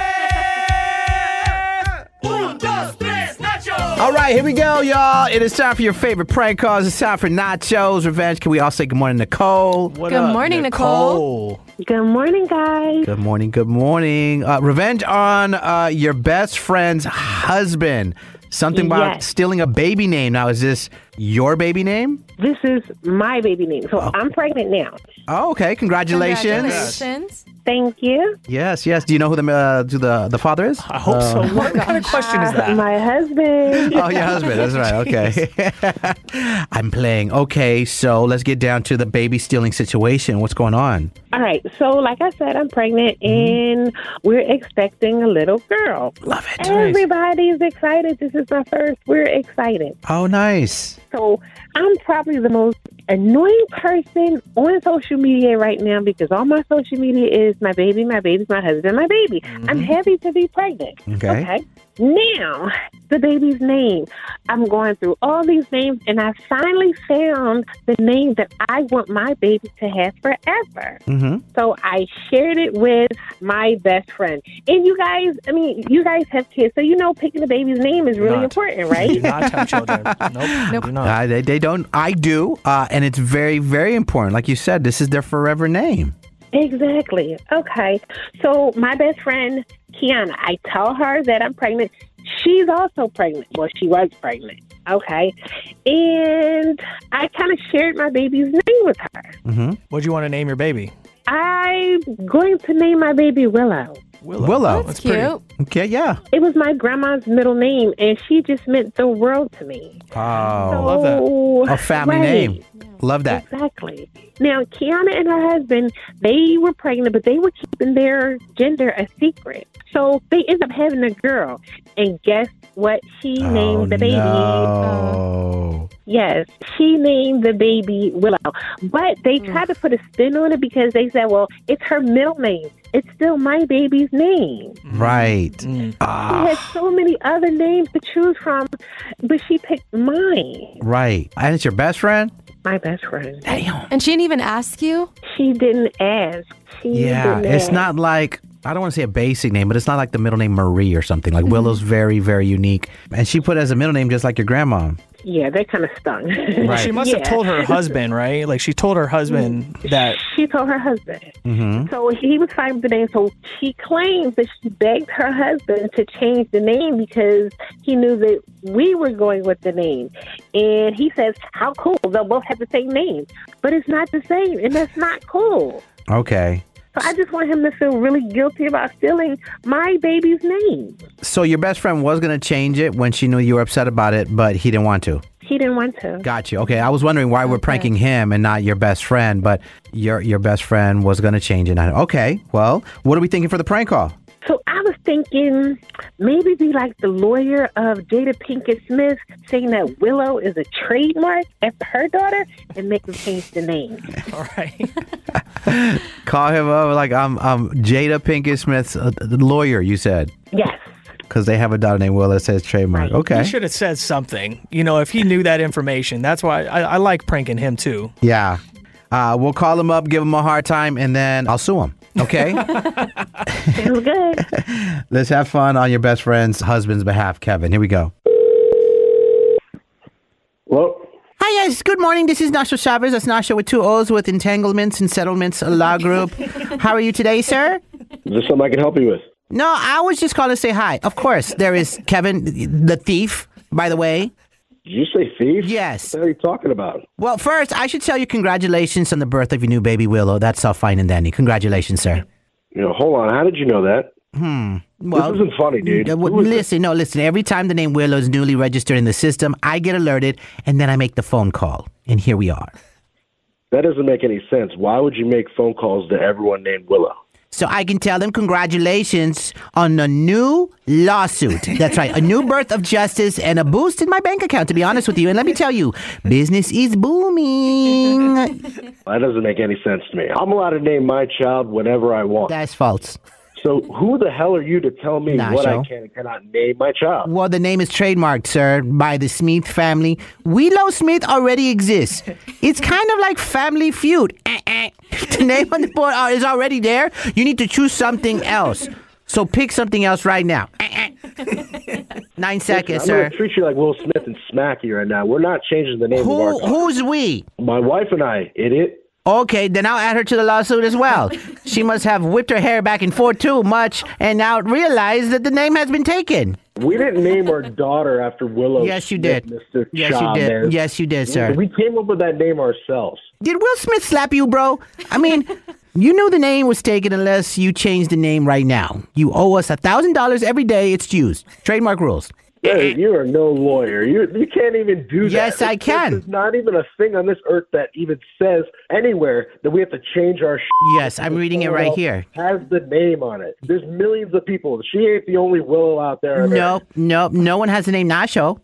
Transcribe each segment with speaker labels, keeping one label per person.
Speaker 1: Un, dos, tres, Nacho.
Speaker 2: All right, here we go, y'all. It is time for your favorite prank calls. It's time for Nacho's Revenge. Can we all say good morning, Nicole? What
Speaker 3: Good morning, Nicole.
Speaker 4: Good morning, guys.
Speaker 2: Good morning, good morning. Uh, revenge on uh, your best friend's husband. Something about
Speaker 4: Yes.
Speaker 2: stealing a baby name. Now, is this your baby name?
Speaker 4: This is my baby name. So I'm pregnant now.
Speaker 2: Oh, okay. Congratulations.
Speaker 3: Congratulations.
Speaker 4: Thank you.
Speaker 2: Yes, yes. Do you know who the uh, who the the father is?
Speaker 3: Uh,
Speaker 1: I hope so. What kind of question is that? Uh.
Speaker 4: My husband.
Speaker 2: oh, your husband. That's right. Okay. I'm playing. Okay, so let's get down to the baby stealing situation. What's going on?
Speaker 4: All right. So, like I said, I'm pregnant
Speaker 1: Mm-hmm.
Speaker 4: and we're expecting a little girl.
Speaker 2: Love it.
Speaker 4: Everybody's excited. This is my first. We're excited.
Speaker 2: Oh, nice.
Speaker 4: So, I'm probably the most annoying person on social media right now because all my social media is my baby, my baby, my husband, my baby. I'm happy to be pregnant.
Speaker 2: Mm-hmm. Okay.
Speaker 4: Okay. Now, the baby's name. I'm going through all these names, and I finally found the name that I want my baby to have forever.
Speaker 2: Mm-hmm.
Speaker 4: So I shared it with my best friend. And you guys, I mean, you guys have kids, so you know picking the baby's name is really
Speaker 1: Not.
Speaker 4: important, right?
Speaker 1: Do not have children. Nope.
Speaker 3: Nope.
Speaker 1: Do not.
Speaker 2: Uh, they, they don't. I do, uh, and it's very, very important. Like you said, this is their forever name.
Speaker 4: Exactly. Okay. So my best friend Kiana, I tell her that I'm pregnant. She's also pregnant. Well, she was pregnant. Okay. And I kind of shared my baby's name with her.
Speaker 2: Mm-hmm.
Speaker 1: What do you want to name your baby?
Speaker 4: I'm going to name my baby Willow.
Speaker 1: Willow.
Speaker 2: Willow.
Speaker 3: That's
Speaker 1: pretty.
Speaker 3: cute.
Speaker 2: Okay, yeah.
Speaker 4: It was my grandma's middle name, and she just meant the world to me.
Speaker 2: Oh,
Speaker 1: love that.
Speaker 4: So-
Speaker 2: a family
Speaker 4: Right.
Speaker 2: name. Love that.
Speaker 4: Exactly. Now, Kiana and her husband, they were pregnant, but they were keeping their gender a secret. So they end up having a girl. And guess what? She
Speaker 2: Oh,
Speaker 4: named the baby.
Speaker 2: Uh, No.
Speaker 4: Yes, she named the baby Willow. But they tried to put a spin on it because they said, well, it's her middle name. It's still my baby's name.
Speaker 2: Right.
Speaker 4: She
Speaker 2: Ah.
Speaker 4: had so many other names to choose from, but she picked mine,
Speaker 2: Right. And it's your best friend.
Speaker 4: my best friend.
Speaker 2: Damn.
Speaker 3: And she didn't even ask you?
Speaker 4: She didn't ask. She
Speaker 2: Yeah,
Speaker 4: didn't
Speaker 2: it's
Speaker 4: ask.
Speaker 2: not like I don't want to say a basic name, but it's not like the middle name Marie or something. Like Willow's
Speaker 1: Mm-hmm.
Speaker 2: very, very unique, and she put it as a middle name just like your grandma.
Speaker 4: Yeah, that kind of stung.
Speaker 1: Well, she must have
Speaker 4: Yeah.
Speaker 1: told her husband, right? Like she told her husband that.
Speaker 4: She told her husband.
Speaker 2: Mm-hmm.
Speaker 4: So he was fine with the name. So she claims that she begged her husband to change the name because he knew that we were going with the name. And he says, How cool. They'll both have the same name. But it's not the same. And that's not cool.
Speaker 2: Okay.
Speaker 4: So I just want him to feel really guilty about stealing my baby's name.
Speaker 2: So your best friend was gonna change it when she knew you were upset about it, but he didn't want to.
Speaker 4: He didn't want to.
Speaker 2: Got you. Okay. I was wondering why we're pranking him and not your best friend, but your your best friend was gonna change it. Okay. Well, what are we thinking for the prank call?
Speaker 4: So I was thinking maybe be like the lawyer of Jada Pinkett Smith saying that Willow is a trademark after her daughter and make them change the name.
Speaker 1: All right.
Speaker 2: Call him up like I'm I'm Jada Pinkett Smith's uh, lawyer. You said
Speaker 4: Yes.
Speaker 2: because they have a daughter named Willow that says trademark.
Speaker 1: He
Speaker 2: Okay.
Speaker 1: should have said something. You know, if he knew that information, that's why I, I like pranking him too.
Speaker 2: Yeah. Uh, we'll call him up, give him a hard time, and then I'll sue him. Okay?
Speaker 4: Sounds good.
Speaker 2: Let's have fun on your best friend's husband's behalf, Kevin. Here we go.
Speaker 5: Well,
Speaker 2: Hi, guys. Good morning. This is Nasha Chavez. That's Nasha with two O's with Entanglements and Settlements Law Group. How are you today, sir?
Speaker 5: is there something I can help you with?
Speaker 2: No, I was just calling to say hi. Of course, there is Kevin, the thief, by the way.
Speaker 5: Did you say thief?
Speaker 2: Yes.
Speaker 5: What are you talking about?
Speaker 2: Well, first, I should tell you congratulations on the birth of your new baby Willow. That's all fine and dandy. Congratulations, sir.
Speaker 5: You know, hold on. How did you know that?
Speaker 2: Well,
Speaker 5: this isn't funny, dude.
Speaker 2: Uh, well,
Speaker 5: Who is it?
Speaker 2: listen, no, listen. Every time the name Willow is newly registered in the system, I get alerted, and then I make the phone call, and here we are.
Speaker 5: That doesn't make any sense. Why would you make phone calls to everyone named Willow?
Speaker 2: So I can tell them congratulations on a new lawsuit. That's right, a new birth of justice and a boost in my bank account, to be honest with you. And let me tell you, business is booming.
Speaker 5: That doesn't make any sense to me. I'm allowed to name my child whenever I want.
Speaker 2: That's false.
Speaker 5: So who the hell are you to tell me
Speaker 2: Nah,
Speaker 5: what
Speaker 2: Joe.
Speaker 5: I can and cannot name my child?
Speaker 2: Well, the name is trademarked, sir, by the Smith family. Willow Smith already exists. It's kind of like Family Feud. Eh, eh. the name on the board uh, is already there. You need to choose something else. So pick something else right now. Eh, eh. Nine seconds,
Speaker 5: I'm
Speaker 2: sir.
Speaker 5: gonna treat you like Will Smith and smack you right now. We're not changing the name
Speaker 2: Who,
Speaker 5: of our car.
Speaker 2: who's we?
Speaker 5: My wife and I, idiot.
Speaker 2: Okay, then I'll add her to the lawsuit as well. She must have whipped her hair back and forth too much and now realize that the name has been taken.
Speaker 5: We didn't name our daughter after Willow.
Speaker 2: Yes, you
Speaker 5: Smith,
Speaker 2: did.
Speaker 5: Mr.
Speaker 2: Yes, you
Speaker 5: Chavez.
Speaker 2: did. Yes, you did, sir.
Speaker 5: We came up with that name ourselves.
Speaker 2: Did Will Smith slap you, bro? I mean, you knew the name was taken unless you changed the name right now. You owe us a thousand dollars every day it's used. Trademark rules.
Speaker 5: Hey, you are no lawyer. You you can't even do that.
Speaker 2: Eh, Yes, I can.
Speaker 5: There's not even a thing on this earth that even says anywhere that we have to change our.
Speaker 2: Yes, I'm reading it right here.
Speaker 5: Has the name on it. There's millions of people. She ain't the only Willow out there.
Speaker 2: Nope, nope. No one has the name Nacho,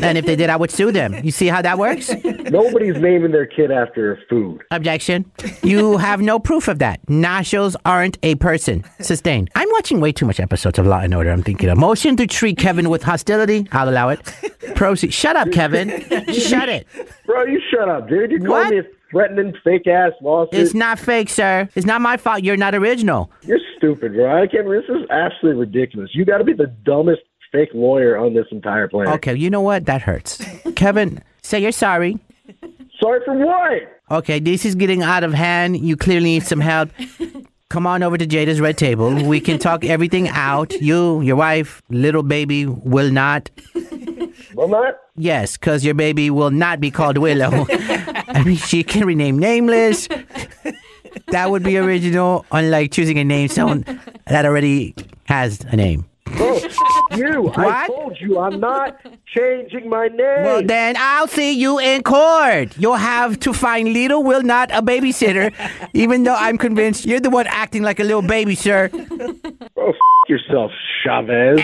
Speaker 2: and if they did, I would sue them. You see how that works?
Speaker 5: Nobody's naming their kid after food.
Speaker 2: Objection. You have no proof of that. Nachos aren't a person. Sustained. I'm watching way too much episodes of Law and Order. I'm thinking a motion to treat Kevin with hostility. I'll allow it. Proceed. Shut up, Kevin. Shut it.
Speaker 5: Bro, you shut up, dude. You're
Speaker 2: What?
Speaker 5: calling me a threatening fake ass lawsuit.
Speaker 2: It's not fake, sir. It's not my fault. You're not original.
Speaker 5: You're stupid, bro. I can't. This is absolutely ridiculous. You got to be the dumbest fake lawyer on this entire planet.
Speaker 2: Okay, you know what? That hurts. Kevin, say you're sorry.
Speaker 5: Sorry for what?
Speaker 2: Okay, this is getting out of hand. You clearly need some help. Come on over to Jada's red table. We can talk everything out. You, your wife, little baby will not.
Speaker 5: Well, not.
Speaker 2: Yes, because your baby will not be called Willow. I mean, she can rename nameless. That would be original, unlike choosing a name someone that already has a name.
Speaker 5: Bro, you. I
Speaker 2: What?
Speaker 5: told you I'm not changing my name.
Speaker 2: Well, then I'll see you in court. You'll have to find little Will not a babysitter, even though I'm convinced you're the one acting like a little baby, sir.
Speaker 5: Bro, f- yourself, Chavez.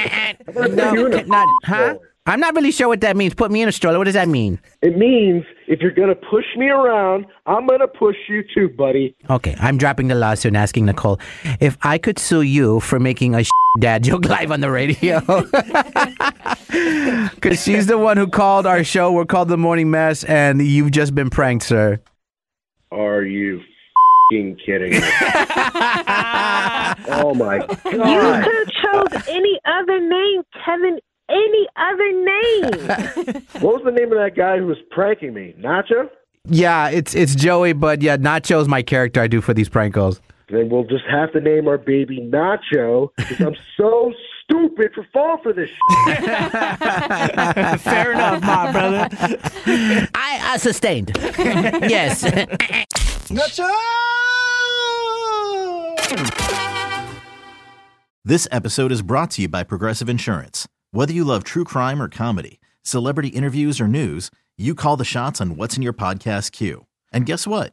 Speaker 2: No,
Speaker 5: you in a
Speaker 2: not, huh? I'm not really sure what that means. Put me in a stroller. What does that mean?
Speaker 5: It means if you're gonna push me around, I'm gonna push you too, buddy.
Speaker 2: Okay, I'm dropping the lawsuit and asking Nicole if I could sue you for making a dad joke live on the radio. Because she's the one who called our show. We're called The Morning Mess, and you've just been pranked, sir.
Speaker 5: Are you fing kidding me? oh my
Speaker 4: You
Speaker 5: god.
Speaker 4: could have chose any other name, Kevin. Any other name.
Speaker 5: What was the name of that guy who was pranking me? Nacho?
Speaker 2: Yeah, it's it's Joey, but yeah, Nacho's my character I do for these prank calls.
Speaker 5: Then we'll just have to name our baby Nacho because I'm so stupid for falling for this shit.
Speaker 1: Fair enough, my brother.
Speaker 2: I uh, sustained. yes.
Speaker 6: This episode is brought to you by Progressive Insurance. Whether you love true crime or comedy, celebrity interviews or news, you call the shots on what's in your podcast queue. And guess what?